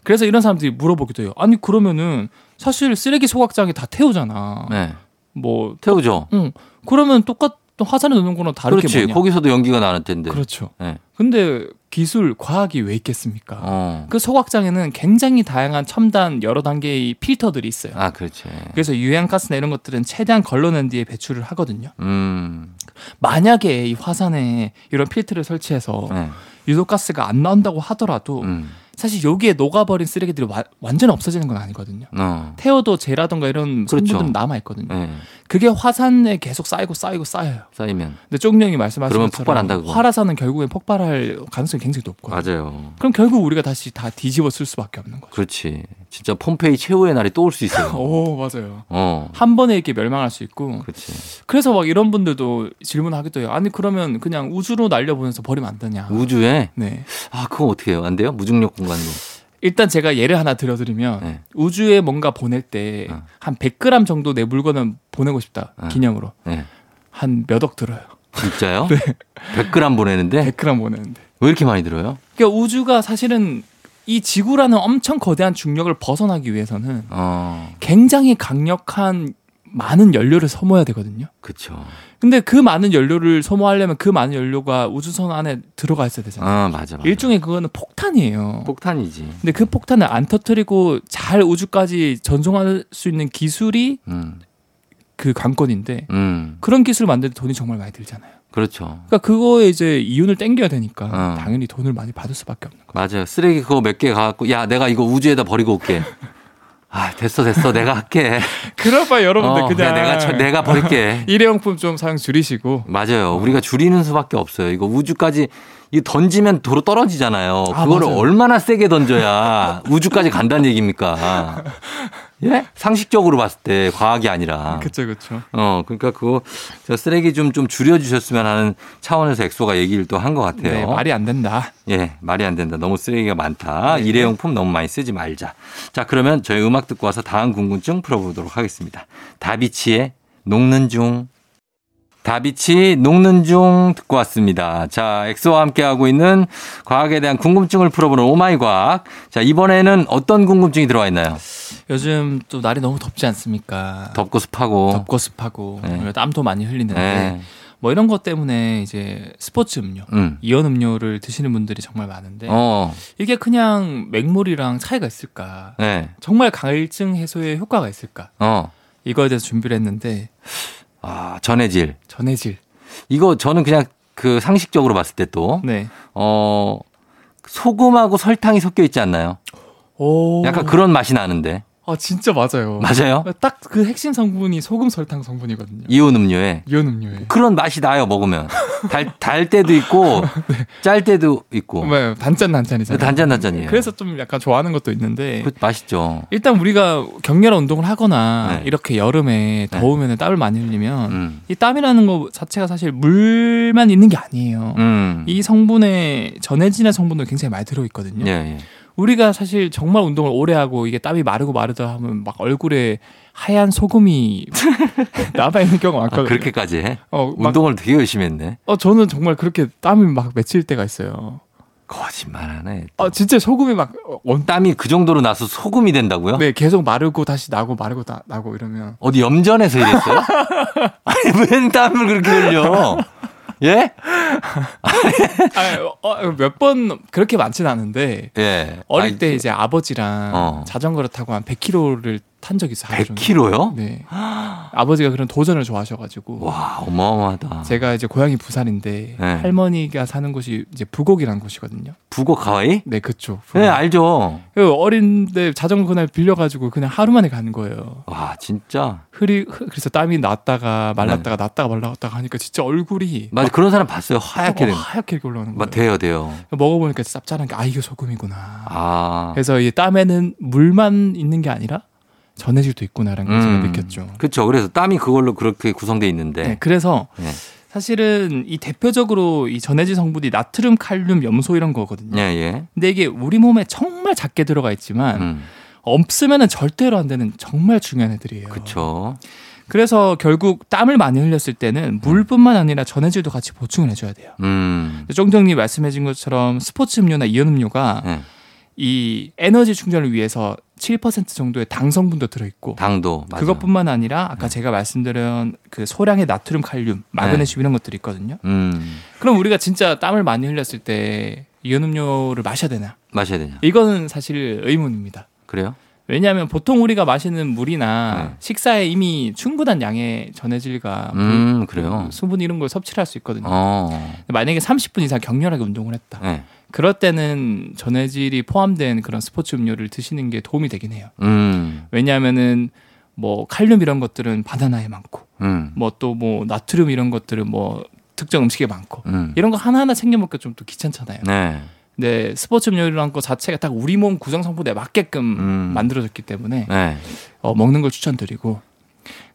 Speaker 2: 그래서 이런 사람들이 물어보기도 해요. 아니 그러면은 사실 쓰레기 소각장에 다 태우잖아.
Speaker 1: 네.
Speaker 2: 뭐
Speaker 1: 태우죠.
Speaker 2: 응. 그러면 똑같 화산에 넣는 거랑 다를
Speaker 1: 그렇지.
Speaker 2: 게 뭐냐?
Speaker 1: 거기서도 연기가 나는 텐데.
Speaker 2: 그렇죠.
Speaker 1: 네.
Speaker 2: 근데 기술 과학이 왜 있겠습니까?
Speaker 1: 어.
Speaker 2: 그 소각장에는 굉장히 다양한 첨단 여러 단계의 필터들이 있어요.
Speaker 1: 아, 그렇지.
Speaker 2: 그래서 유해가스나 이런 것들은 최대한 걸러낸 뒤에 배출을 하거든요.
Speaker 1: 음.
Speaker 2: 만약에 이 화산에 이런 필터를 설치해서
Speaker 1: 네.
Speaker 2: 유독가스가 안 나온다고 하더라도
Speaker 1: 음.
Speaker 2: 사실 여기에 녹아버린 쓰레기들이 와- 완전히 없어지는 건 아니거든요.
Speaker 1: 어.
Speaker 2: 태워도 재라던가 이런
Speaker 1: 그렇죠.
Speaker 2: 성분들은 남아 있거든요.
Speaker 1: 네.
Speaker 2: 그게 화산에 계속 쌓이고 쌓이고 쌓여요.
Speaker 1: 쌓이면.
Speaker 2: 근데 쪽령이 말씀하신
Speaker 1: 그러면
Speaker 2: 것처럼
Speaker 1: 폭발한다, 그거.
Speaker 2: 화라산은 결국엔 폭발할 가능성이 굉장히 높고요.
Speaker 1: 맞아요.
Speaker 2: 그럼 결국 우리가 다시 다 뒤집어 쓸 수밖에 없는 거죠.
Speaker 1: 그렇지. 진짜 폼페이 최후의 날이 또 올 수 있어요.
Speaker 2: 오 맞아요.
Speaker 1: 어.
Speaker 2: 한 번에 이렇게 멸망할 수 있고
Speaker 1: 그렇지.
Speaker 2: 그래서 막 이런 분들도 질문하기도 해요. 아니 그러면 그냥 우주로 날려보내서 버리면 안 되냐?
Speaker 1: 우주에
Speaker 2: 네.
Speaker 1: 아, 그건 어떻게 해요? 안 돼요? 무중력 공간으로.
Speaker 2: 일단 제가 예를 하나 들어드리면
Speaker 1: 네.
Speaker 2: 우주에 뭔가 보낼 때
Speaker 1: 어.
Speaker 2: 한 100g 정도 내 물건을 보내고 싶다
Speaker 1: 어.
Speaker 2: 기념으로
Speaker 1: 네.
Speaker 2: 한 몇 억 들어요.
Speaker 1: 진짜요?
Speaker 2: 네.
Speaker 1: 100g 보내는데
Speaker 2: 100g 보내는데.
Speaker 1: 왜 이렇게 많이 들어요?
Speaker 2: 그러니까 우주가 사실은 이 지구라는 엄청 거대한 중력을 벗어나기 위해서는
Speaker 1: 어.
Speaker 2: 굉장히 강력한 많은 연료를 소모해야 되거든요.
Speaker 1: 그쵸.
Speaker 2: 근데 그 많은 연료를 소모하려면 그 많은 연료가 우주선 안에 들어가 있어야 되잖아요.
Speaker 1: 아, 맞아. 맞아.
Speaker 2: 일종의 그거는 폭탄이에요.
Speaker 1: 폭탄이지.
Speaker 2: 근데 그 폭탄을 안 터뜨리고 잘 우주까지 전송할 수 있는 기술이
Speaker 1: 음.
Speaker 2: 그 관건인데
Speaker 1: 음.
Speaker 2: 그런 기술 만드는 돈이 정말 많이 들잖아요.
Speaker 1: 그렇죠.
Speaker 2: 그러니까 그거에 이제 이윤을 땡겨야 되니까
Speaker 1: 어.
Speaker 2: 당연히 돈을 많이 받을 수밖에 없는 거예요.
Speaker 1: 맞아요. 쓰레기 그거 몇 개 갖고 야 내가 이거 우주에다 버리고 올게. 아 됐어 됐어 내가 할게.
Speaker 2: 그럴 바에 여러분들
Speaker 1: 어,
Speaker 2: 그냥,
Speaker 1: 내가 저- 내가 버릴게.
Speaker 2: 일회용품 좀 사용 줄이시고
Speaker 1: 맞아요. 우리가 줄이는 수밖에 없어요. 이거 우주까지 이 던지면 도로 떨어지잖아요.
Speaker 2: 아,
Speaker 1: 그거를
Speaker 2: 맞아요.
Speaker 1: 얼마나 세게 던져야 우주까지 간다는 얘기입니까? 예? 상식적으로 봤을 때 과학이 아니라.
Speaker 2: 그쵸 그쵸.
Speaker 1: 어, 그러니까 그거 저 쓰레기 좀 좀 줄여주셨으면 하는 차원에서 엑소가 얘기를 또 한 것 같아요.
Speaker 2: 네, 말이 안 된다.
Speaker 1: 예, 말이 안 된다. 너무 쓰레기가 많다. 일회용품 너무 많이 쓰지 말자. 자, 그러면 저희 음악 듣고 와서 다음 궁금증 풀어보도록 하겠습니다. 다비치의 녹는 중. 다비치 녹는 중 듣고 왔습니다. 자, 엑소와 함께하고 있는 과학에 대한 궁금증을 풀어보는 오마이 과학. 자, 이번에는 어떤 궁금증이 들어와 있나요?
Speaker 2: 요즘 또 날이 너무 덥지 않습니까?
Speaker 1: 덥고 습하고.
Speaker 2: 덥고 습하고
Speaker 1: 네.
Speaker 2: 그리고 땀도 많이 흘리는데
Speaker 1: 네.
Speaker 2: 뭐 이런 것 때문에 이제 스포츠 음료
Speaker 1: 음.
Speaker 2: 이온 음료를 드시는 분들이 정말 많은데
Speaker 1: 어,
Speaker 2: 이게 그냥 맹물이랑 차이가 있을까?
Speaker 1: 네.
Speaker 2: 정말 갈증 해소에 효과가 있을까?
Speaker 1: 어.
Speaker 2: 이거에 대해서 준비를 했는데
Speaker 1: 아, 전해질.
Speaker 2: 전해질.
Speaker 1: 이거 저는 그냥 그 상식적으로 봤을 때 또,
Speaker 2: 네.
Speaker 1: 어, 소금하고 설탕이 섞여 있지 않나요?
Speaker 2: 오.
Speaker 1: 약간 그런 맛이 나는데.
Speaker 2: 아 진짜 맞아요.
Speaker 1: 맞아요?
Speaker 2: 딱 그 핵심 성분이 소금 설탕 성분이거든요.
Speaker 1: 이온 음료에.
Speaker 2: 이온 음료에.
Speaker 1: 그런 맛이 나요, 먹으면. 달, 달 때도 있고, 짤 때도 있고. 그
Speaker 2: 네, 단짠 단짠이잖아요.
Speaker 1: 단짠단짠이에요.
Speaker 2: 그래서 좀 약간 좋아하는 것도 있는데
Speaker 1: 그- 맛있죠.
Speaker 2: 일단 우리가 격렬한 운동을 하거나
Speaker 1: 네.
Speaker 2: 이렇게 여름에 더우면 땀을 많이 흘리면
Speaker 1: 음.
Speaker 2: 이 땀이라는 거 자체가 사실 물만 있는 게 아니에요.
Speaker 1: 음.
Speaker 2: 이 성분에 전해지는 성분도 굉장히 많이 들어 있거든요.
Speaker 1: 예, 예.
Speaker 2: 우리가 사실 정말 운동을 오래 하고 이게 땀이 마르고 마르다 하면 막 얼굴에 하얀 소금이 남아 있는 경우가
Speaker 1: 아,
Speaker 2: 많거든요.
Speaker 1: 그렇게까지 해?
Speaker 2: 어, 그러니까 막,
Speaker 1: 운동을 되게 열심히 했네.
Speaker 2: 어 저는 정말 그렇게 땀이 막 맺힐 때가 있어요.
Speaker 1: 거짓말 하네.
Speaker 2: 아 진짜 소금이 막 어, 원,
Speaker 1: 땀이 그 정도로 나서 소금이 된다고요?
Speaker 2: 네 계속 마르고 다시 나고 마르고 나, 나고 이러면
Speaker 1: 어디 염전에서 이랬어요? 아니, 웬 땀을 그렇게 흘려? 예?
Speaker 2: 아, 어, 몇 번 그렇게 많진 않은데
Speaker 1: 예.
Speaker 2: 어릴
Speaker 1: 아니,
Speaker 2: 때 이제 아버지랑
Speaker 1: 어.
Speaker 2: 자전거를 타고 한 100km를 탄 적이 있어요. 하루 종일.
Speaker 1: 100kg요?
Speaker 2: 네. 아버지가 그런 도전을 좋아하셔가지고
Speaker 1: 와, 어마어마하다.
Speaker 2: 제가 이제 고향이 부산인데
Speaker 1: 네.
Speaker 2: 할머니가 사는 곳이 이제 부곡이라는 곳이거든요.
Speaker 1: 북어 가와이?
Speaker 2: 네, 그쪽.
Speaker 1: 네, 알죠.
Speaker 2: 그 어린데 자전거 그날 빌려가지고 그냥 하루 만에 간 거예요.
Speaker 1: 와, 진짜.
Speaker 2: 흐리 흐- 그래서 땀이 났다가 말랐다가
Speaker 1: 네.
Speaker 2: 났다가 말랐다가 하니까 진짜 얼굴이
Speaker 1: 맞아. 그런 사람 봤어요. 하얗게
Speaker 2: 어,
Speaker 1: 된.
Speaker 2: 하얗게 이렇게 올라오는
Speaker 1: 막
Speaker 2: 거예요.
Speaker 1: 돼요, 돼요.
Speaker 2: 먹어보니까 진짜 짭짤한 게 아 이게 소금이구나.
Speaker 1: 아.
Speaker 2: 그래서 이 땀에는 물만 있는 게 아니라 전해질도 있구나라는 걸 제가
Speaker 1: 음.
Speaker 2: 느꼈죠.
Speaker 1: 그렇죠. 그래서 땀이 그걸로 그렇게 구성돼 있는데.
Speaker 2: 네, 그래서
Speaker 1: 네.
Speaker 2: 사실은 이 대표적으로 이 전해질 성분이 나트륨, 칼륨, 염소 이런 거거든요.
Speaker 1: 예, 예.
Speaker 2: 근데 이게 우리 몸에 정말 작게 들어가 있지만
Speaker 1: 음.
Speaker 2: 없으면은 절대로 안 되는 정말 중요한 애들이에요.
Speaker 1: 그렇죠.
Speaker 2: 래서 결국 땀을 많이 흘렸을 때는 물뿐만 아니라 전해질도 같이 보충을 해줘야 돼요.
Speaker 1: 음.
Speaker 2: 근데 쫑정님 말씀해준 것처럼 스포츠 음료나 이온 음료가
Speaker 1: 예.
Speaker 2: 이 에너지 충전을 위해서 7% 정도의 당 성분도 들어있고
Speaker 1: 당도 맞아요. 네.
Speaker 2: 그것뿐만 아니라 아까 제가 말씀드린 그 소량의 나트륨, 칼륨, 마그네슘 이런 것들이 있거든요.
Speaker 1: 음,
Speaker 2: 그럼 우리가 진짜 땀을 많이 흘렸을 때 이온 음료를 마셔야 되나?
Speaker 1: 마셔야 되냐?
Speaker 2: 이거는 사실 의문입니다.
Speaker 1: 그래요?
Speaker 2: 왜냐하면 보통 우리가 마시는 물이나
Speaker 1: 네.
Speaker 2: 식사에 이미 충분한 양의 전해질과
Speaker 1: 음, 그래요.
Speaker 2: 수분 이런 걸 섭취를 할 수 있거든요.
Speaker 1: 어,
Speaker 2: 만약에 30분 이상 격렬하게 운동을 했다.
Speaker 1: 네.
Speaker 2: 그럴 때는 전해질이 포함된 그런 스포츠 음료를 드시는 게 도움이 되긴 해요.
Speaker 1: 음,
Speaker 2: 왜냐하면은 뭐 칼륨 이런 것들은 바나나에 많고
Speaker 1: 음,
Speaker 2: 뭐 또 뭐 나트륨 이런 것들은 뭐 특정 음식에 많고
Speaker 1: 음,
Speaker 2: 이런 거 하나하나 챙겨 먹기 좀 또 귀찮잖아요.
Speaker 1: 네,
Speaker 2: 근데 스포츠 음료라는 거 자체가 딱 우리 몸 구성 성분에 맞게끔
Speaker 1: 음.
Speaker 2: 만들어졌기 때문에
Speaker 1: 네,
Speaker 2: 어, 먹는 걸 추천드리고.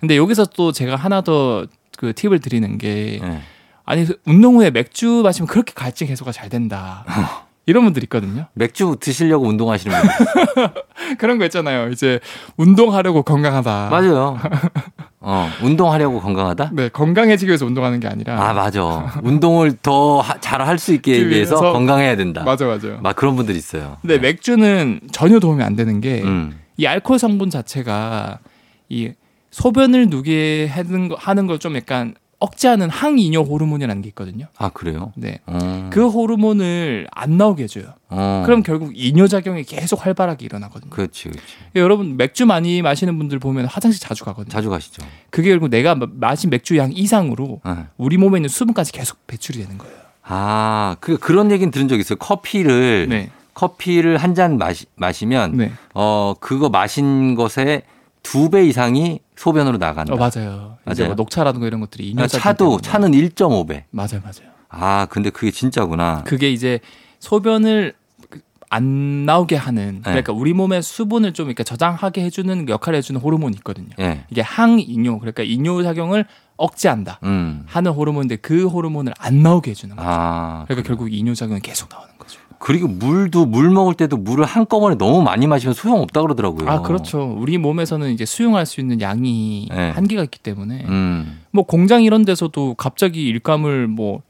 Speaker 2: 근데 여기서 또 제가 하나 더 그 팁을 드리는 게
Speaker 1: 네.
Speaker 2: 아니 그 운동 후에 맥주 마시면 그렇게 갈증 해소가 잘 된다.
Speaker 1: 어.
Speaker 2: 이런 분들 있거든요.
Speaker 1: 맥주 드시려고 운동하시는 분
Speaker 2: 그런 거 있잖아요. 이제 운동하려고 건강하다.
Speaker 1: 맞아요. 어, 운동하려고 건강하다?
Speaker 2: 네, 건강해지기 위해서 운동하는 게 아니라
Speaker 1: 아, 맞아. 운동을 더 잘 할 수 있게
Speaker 2: 그
Speaker 1: 위해서
Speaker 2: 위해서-
Speaker 1: 건강해야 된다.
Speaker 2: 맞아 맞아요.
Speaker 1: 막 그런 분들 있어요.
Speaker 2: 근데 맥주는 전혀 도움이 안 되는 게 이
Speaker 1: 음.
Speaker 2: 알코올 성분 자체가 이 소변을 누게 하는 거- 하는 걸 좀 약간 억제하는 항이뇨 호르몬이라는 게 있거든요.
Speaker 1: 아, 그래요?
Speaker 2: 네.
Speaker 1: 어.
Speaker 2: 그 호르몬을 안 나오게 해줘요.
Speaker 1: 어.
Speaker 2: 그럼 결국 이뇨 작용이 계속 활발하게 일어나거든요. 예,
Speaker 1: 그렇지, 그렇지.
Speaker 2: 여러분 맥주 많이 마시는 분들 보면 화장실 자주 가거든요.
Speaker 1: 자주 가시죠.
Speaker 2: 그게 결국 내가 마- 마신 맥주 양 이상으로
Speaker 1: 네.
Speaker 2: 우리 몸에 있는 수분까지 계속 배출이 되는 거예요.
Speaker 1: 아, 그 그런 얘기는 들은 적 있어요. 커피를
Speaker 2: 네.
Speaker 1: 커피를 한 잔 마시, 마시면
Speaker 2: 네.
Speaker 1: 어 그거 마신 것에 두 배 이상이 소변으로 나간다.
Speaker 2: 어, 맞아요. 이제
Speaker 1: 맞아요.
Speaker 2: 뭐 녹차라든가 이런 것들이 이뇨
Speaker 1: 그러니까
Speaker 2: 작용
Speaker 1: 차도
Speaker 2: 때문에.
Speaker 1: 차는 1.5배.
Speaker 2: 맞아요, 맞아요.
Speaker 1: 아, 근데 그게 진짜구나.
Speaker 2: 그게 이제 소변을 안 나오게
Speaker 1: 네.
Speaker 2: 하는 그러니까 우리 몸에 수분을 좀 이렇게 저장하게 해주는 역할을 해주는 호르몬이 있거든요.
Speaker 1: 예.
Speaker 2: 이게 항이뇨 그러니까 이뇨 작용을 억제한다
Speaker 1: 음.
Speaker 2: 하는 호르몬인데 그 호르몬을 안 나오게 해주는 거예요.
Speaker 1: 아.
Speaker 2: 그러니까 결국 이뇨 작용이 계속 나오는 거죠.
Speaker 1: 그리고 물도 물 먹을 때도 물을 한꺼번에 너무 많이 마시면 소용없다 그러더라고요.
Speaker 2: 아 그렇죠. 우리 몸에서는 이제 수용할 수 있는 양이
Speaker 1: 네.
Speaker 2: 한계가 있기 때문에
Speaker 1: 음.
Speaker 2: 뭐 공장 이런 데서도 갑자기 일감을 뭐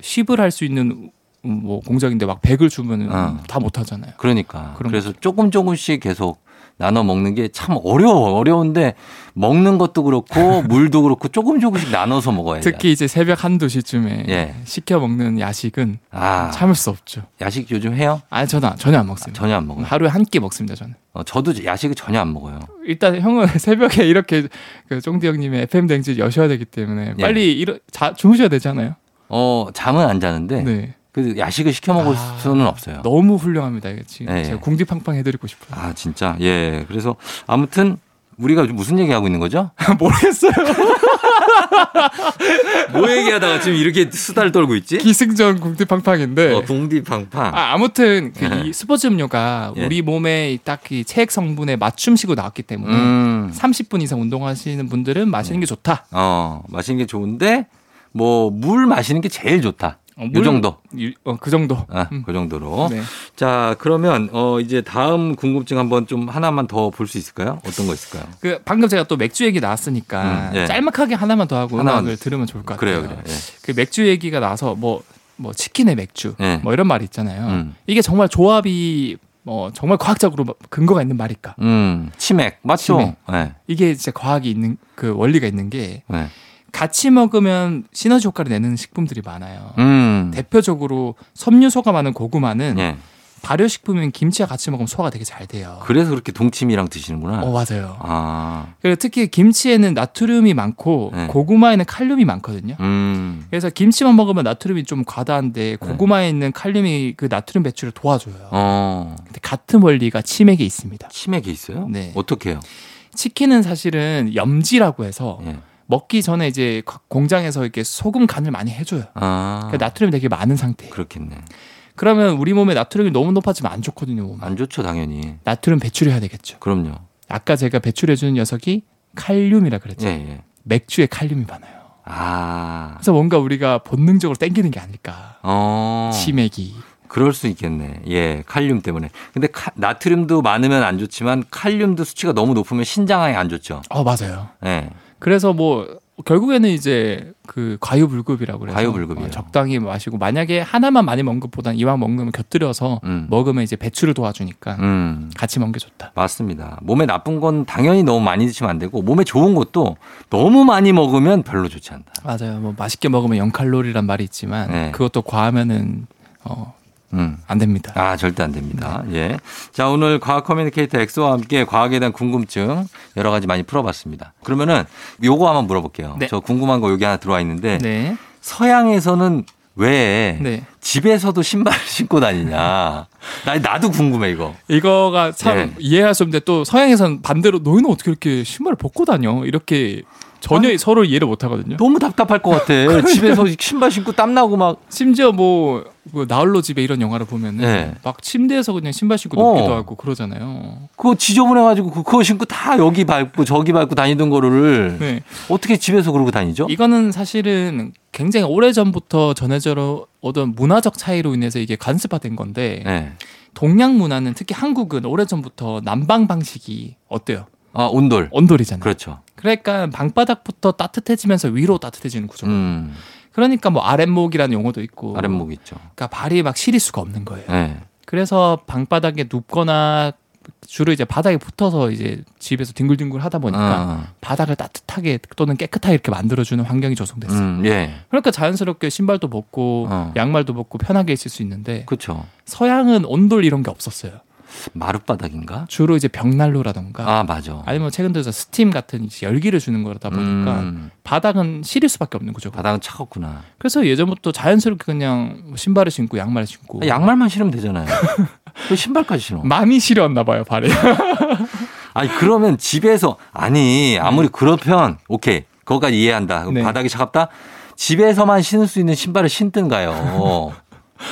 Speaker 2: 10을 할 수 있는 음, 뭐 공장인데 막 100을 주면
Speaker 1: 어.
Speaker 2: 은 다 못 하잖아요.
Speaker 1: 그러니까.
Speaker 2: 그런
Speaker 1: 그래서 조금 조금씩 계속 나눠 먹는 게 참 어려워. 어려운데 먹는 것도 그렇고 물도 그렇고 조금 조금씩 나눠서 먹어야 돼.
Speaker 2: 특히 이제 새벽 한두 시쯤에
Speaker 1: 예.
Speaker 2: 시켜 먹는 야식은
Speaker 1: 아,
Speaker 2: 참을 수 없죠.
Speaker 1: 야식 요즘 해요?
Speaker 2: 아 저는 전혀 안 먹습니다.
Speaker 1: 전혀 안 먹어요.
Speaker 2: 하루에 한 끼 먹습니다. 저는.
Speaker 1: 어, 저도 야식을 전혀 안 먹어요.
Speaker 2: 일단 형은 새벽에 이렇게 그 쫑디 형님의 FM 댕지 여셔야 되기 때문에
Speaker 1: 예.
Speaker 2: 빨리 일어 자 주무셔야 되잖아요.
Speaker 1: 어, 잠은 안 자는데
Speaker 2: 네.
Speaker 1: 그 야식을 시켜 먹을
Speaker 2: 아,
Speaker 1: 수는 없어요.
Speaker 2: 너무 훌륭합니다. 이거 지금
Speaker 1: 예, 예.
Speaker 2: 제가 궁디팡팡 해드리고 싶어요.
Speaker 1: 아, 진짜. 예. 그래서 아무튼 우리가 무슨 얘기하고 있는 거죠?
Speaker 2: 모르겠어요.
Speaker 1: 아. 뭐 얘기하다가 지금 이렇게 수다를 떨고 있지?
Speaker 2: 기승전 궁디팡팡인데.
Speaker 1: 어, 동디팡팡.
Speaker 2: 네. 아, 아무튼 그
Speaker 1: 예.
Speaker 2: 이 스포츠 음료가
Speaker 1: 예.
Speaker 2: 우리 몸에 딱 이 체액 성분에 맞춤식으로 나왔기 때문에
Speaker 1: 음. 네.
Speaker 2: 30분 이상 운동하시는 분들은 마시는 게 좋다.
Speaker 1: 어, 마시는 게 좋은데 뭐 물 마시는 게 제일 좋다.
Speaker 2: 어,
Speaker 1: 이
Speaker 2: 물-
Speaker 1: 정도.
Speaker 2: 이- 어, 그 정도.
Speaker 1: 아,
Speaker 2: 음.
Speaker 1: 그 정도로.
Speaker 2: 네.
Speaker 1: 자, 그러면 어 이제 다음 궁금증 한번 좀 하나만 더 볼 수 있을까요? 어떤 거 있을까요?
Speaker 2: 그 방금 제가 또 맥주 얘기 나왔으니까
Speaker 1: 음, 예.
Speaker 2: 짤막하게 하나만 더 하고
Speaker 1: 하나만
Speaker 2: 음악을 들으면 좋을 것 같아요.
Speaker 1: 그래요, 그래요. 예.
Speaker 2: 그 맥주 얘기가 나서 뭐, 뭐 치킨의 맥주
Speaker 1: 예.
Speaker 2: 뭐 이런 말이 있잖아요.
Speaker 1: 음.
Speaker 2: 이게 정말 조합이 뭐 정말 과학적으로 근거가 있는 말일까?
Speaker 1: 음, 치맥 맞죠?
Speaker 2: 치맥.
Speaker 1: 네,
Speaker 2: 이게 진짜 과학이 있는 그 원리가 있는 게
Speaker 1: 네.
Speaker 2: 같이 먹으면 시너지 효과를 내는 식품들이 많아요.
Speaker 1: 음,
Speaker 2: 대표적으로 섬유소가 많은 고구마는
Speaker 1: 예.
Speaker 2: 발효식품인 김치와 같이 먹으면 소화가 되게 잘 돼요.
Speaker 1: 그래서 그렇게 동치미랑 드시는구나.
Speaker 2: 어 맞아요.
Speaker 1: 아,
Speaker 2: 그리고 특히 김치에는 나트륨이 많고
Speaker 1: 네.
Speaker 2: 고구마에는 칼륨이 많거든요.
Speaker 1: 음,
Speaker 2: 그래서 김치만 먹으면 나트륨이 좀 과다한데 고구마에 있는 칼륨이 그 나트륨 배출을 도와줘요.
Speaker 1: 네. 어,
Speaker 2: 근데 같은 원리가 치맥에 있습니다.
Speaker 1: 치맥이 있어요?
Speaker 2: 네.
Speaker 1: 어떻게 해요?
Speaker 2: 치킨은 사실은 염지라고 해서
Speaker 1: 예.
Speaker 2: 먹기 전에 이제 공장에서 이렇게 소금 간을 많이 해줘요.
Speaker 1: 아,
Speaker 2: 그러니까 나트륨이 되게 많은 상태예요.
Speaker 1: 그렇겠네.
Speaker 2: 그러면 우리 몸에 나트륨이 너무 높아지면 안 좋거든요. 몸에.
Speaker 1: 안 좋죠, 당연히.
Speaker 2: 나트륨 배출해야 되겠죠.
Speaker 1: 그럼요.
Speaker 2: 아까 제가 배출해주는 녀석이 칼륨이라
Speaker 1: 예,
Speaker 2: 그랬죠.
Speaker 1: 예.
Speaker 2: 맥주에 칼륨이 많아요.
Speaker 1: 아,
Speaker 2: 그래서 뭔가 우리가 본능적으로 땡기는 게 아닐까.
Speaker 1: 어.
Speaker 2: 치맥이.
Speaker 1: 그럴 수 있겠네. 예, 칼륨 때문에. 근데 카- 나트륨도 많으면 안 좋지만 칼륨도 수치가 너무 높으면 신장에 안 좋죠.
Speaker 2: 어, 맞아요.
Speaker 1: 예.
Speaker 2: 그래서 뭐 결국에는 이제 그 과유불급이라고 그래서
Speaker 1: 과유불급이요.
Speaker 2: 어, 적당히 마시고 만약에 하나만 많이 먹는 것보단 이왕 먹는 거 곁들여서
Speaker 1: 음.
Speaker 2: 먹으면 이제 배출을 도와주니까
Speaker 1: 음.
Speaker 2: 같이 먹는 게 좋다.
Speaker 1: 맞습니다. 몸에 나쁜 건 당연히 너무 많이 드시면 안 되고 몸에 좋은 것도 너무 많이 먹으면 별로 좋지 않다.
Speaker 2: 맞아요. 뭐 맛있게 먹으면 0 칼로리란 말이 있지만
Speaker 1: 네.
Speaker 2: 그것도 과하면은 어,
Speaker 1: 음.
Speaker 2: 안 됩니다.
Speaker 1: 아, 절대 안 됩니다.
Speaker 2: 네.
Speaker 1: 예. 자, 오늘 과학 커뮤니케이터 엑소와 함께 과학에 대한 궁금증 여러 가지 많이 풀어봤습니다. 그러면은 요거 한번 물어볼게요.
Speaker 2: 네.
Speaker 1: 저 궁금한 거 여기 하나 들어와 있는데
Speaker 2: 네.
Speaker 1: 서양에서는 왜
Speaker 2: 네.
Speaker 1: 집에서도 신발 을 신고 다니냐. 나, 나도 궁금해, 이거.
Speaker 2: 이거가 참
Speaker 1: 예.
Speaker 2: 이해할 수 없는데 또 서양에서는 반대로 너희는 어떻게 이렇게 신발을 벗고 다녀? 이렇게 전혀
Speaker 1: 아.
Speaker 2: 서로 이해를 못 하거든요.
Speaker 1: 너무 답답할 것
Speaker 2: 그러니까.
Speaker 1: 같아. 집에서 신발 신고 땀나고 막.
Speaker 2: 심지어 뭐, 뭐 나홀로 집에 이런 영화를 보면은
Speaker 1: 예.
Speaker 2: 막 침대에서 그냥 신발 신고
Speaker 1: 어. 음.
Speaker 2: 눕기도 하고 그러잖아요.
Speaker 1: 그거 지저분해가지고 그거 신고 다 여기 밟고 저기 밟고 다니던 거를
Speaker 2: 네.
Speaker 1: 어떻게 집에서 그러고 다니죠?
Speaker 2: 이거는 사실은 굉장히 오래 전부터 전해져 오던 문화적 차이로 인해서 이게 간습화된 건데
Speaker 1: 네.
Speaker 2: 동양 문화는 특히 한국은 오래 전부터 난방 방식이 어때요?
Speaker 1: 아, 온돌.
Speaker 2: 언돌이잖아요.
Speaker 1: 그렇죠.
Speaker 2: 그러니까 방바닥부터 따뜻해지면서 위로 따뜻해지는 구조.
Speaker 1: 음,
Speaker 2: 그러니까 뭐 아랫목이라는 용어도 있고.
Speaker 1: 아랫목 있죠.
Speaker 2: 그러니까 발이 막 시릴 수가 없는 거예요.
Speaker 1: 네.
Speaker 2: 그래서 방바닥에 눕거나 주로 이제 바닥에 붙어서 이제 집에서 뒹굴뒹굴 하다 보니까
Speaker 1: 아,
Speaker 2: 바닥을 따뜻하게 또는 깨끗하게 이렇게 만들어주는 환경이 조성됐어요.
Speaker 1: 음, 예.
Speaker 2: 그러니까 자연스럽게 신발도 벗고
Speaker 1: 어.
Speaker 2: 양말도 벗고 편하게 있을 수 있는데
Speaker 1: 그렇죠.
Speaker 2: 서양은 온돌 이런 게 없었어요.
Speaker 1: 마룻바닥인가?
Speaker 2: 주로 이제 벽난로라던가
Speaker 1: 아, 맞아.
Speaker 2: 아니면 뭐 최근 들어서 스팀 같은 이제 열기를 주는 거다 아, 보니까
Speaker 1: 음,
Speaker 2: 바닥은 시릴 수밖에 없는 거죠.
Speaker 1: 바닥은 차갑구나.
Speaker 2: 그래서 예전부터 자연스럽게 그냥 뭐 신발을 신고 양말을 신고
Speaker 1: 아, 양말만 신으면 되잖아요. 왜 신발까지 신어?
Speaker 2: 많이 시려웠나 봐요 발에.
Speaker 1: 아니 그러면 집에서 아니 아무리 그렇편 오케이 그것까지 이해한다
Speaker 2: 네.
Speaker 1: 바닥이 차갑다 집에서만 신을 수 있는 신발을 신든가요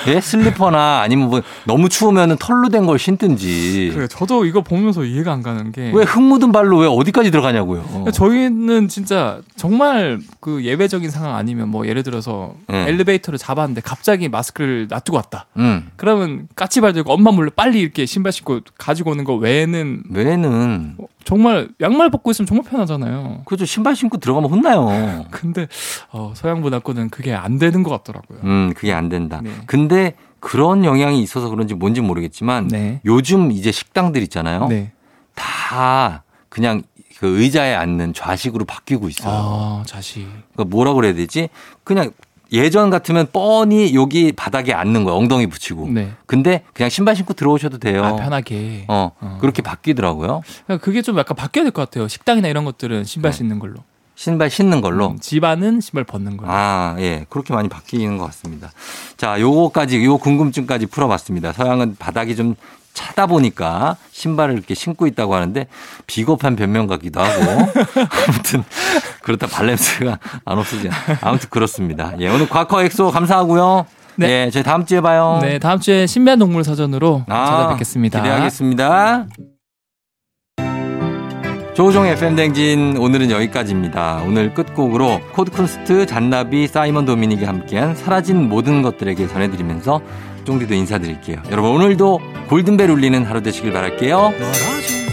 Speaker 1: 예 슬리퍼나 아니면 뭐 너무 추우면 털로 된 걸 신든지
Speaker 2: 그래 저도 이거 보면서 이해가 안 가는 게
Speaker 1: 왜 흙 묻은 발로 왜 어디까지 들어가냐고요
Speaker 2: 그러니까 저희는 진짜 정말 그 예외적인 상황 아니면 뭐 예를 들어서
Speaker 1: 네.
Speaker 2: 엘리베이터를 잡았는데 갑자기 마스크를 놔두고 왔다.
Speaker 1: 음
Speaker 2: 그러면 까치발 들고 엄마 몰래 빨리 이렇게 신발 신고 가지고 오는 거 외에는
Speaker 1: 왜는
Speaker 2: 어, 정말 양말 벗고 있으면 정말 편하잖아요.
Speaker 1: 그죠 신발 신고 들어가면 혼나요
Speaker 2: 근데 어, 서양 문화권은 그게 안 되는 것 같더라고요.
Speaker 1: 음 그게 안 된다
Speaker 2: 네.
Speaker 1: 근데 그런 영향이 있어서 그런지 뭔지 모르겠지만
Speaker 2: 네.
Speaker 1: 요즘 이제 식당들 있잖아요
Speaker 2: 네.
Speaker 1: 다 그냥 그 의자에 앉는 좌식으로 바뀌고 있어요.
Speaker 2: 아 자식.
Speaker 1: 그러니까 뭐라고 그래야 되지? 그냥 예전 같으면 뻔히 여기 바닥에 앉는 거야. 엉덩이 붙이고.
Speaker 2: 네.
Speaker 1: 근데 그냥 신발 신고 들어오셔도 돼요.
Speaker 2: 아, 편하게.
Speaker 1: 어,
Speaker 2: 어.
Speaker 1: 그렇게 바뀌더라고요.
Speaker 2: 그러니까 그게 좀 약간 바뀌어야 될 것 같아요. 식당이나 이런 것들은 신발
Speaker 1: 네.
Speaker 2: 신는 걸로.
Speaker 1: 신발 신는 걸로.
Speaker 2: 음, 집안은 신발 벗는 걸로.
Speaker 1: 아, 예. 그렇게 많이 바뀌는 것 같습니다. 자, 요거까지, 요 궁금증까지 풀어봤습니다. 서양은 바닥이 좀 차다 보니까 신발을 이렇게 신고 있다고 하는데 비겁한 변명 같기도 하고 아무튼 그렇다 발냄새가 안 없어지나 아무튼 그렇습니다. 예, 오늘 과커 엑소 감사하고요.
Speaker 2: 네.
Speaker 1: 예, 저희 다음 주에 봐요.
Speaker 2: 네, 다음 주에 신비한 동물 사전으로
Speaker 1: 아,
Speaker 2: 찾아뵙겠습니다.
Speaker 1: 기대하겠습니다. 조우종 FM 댕진 오늘은 여기까지입니다. 오늘 끝곡으로 코드쿤스트, 잔나비, 사이먼 도미닉이 함께한 사라진 모든 것들에게 전해드리면서 쫑디도 인사드릴게요. 여러분 오늘도 골든벨 울리는 하루 되시길 바랄게요.
Speaker 3: 멀어진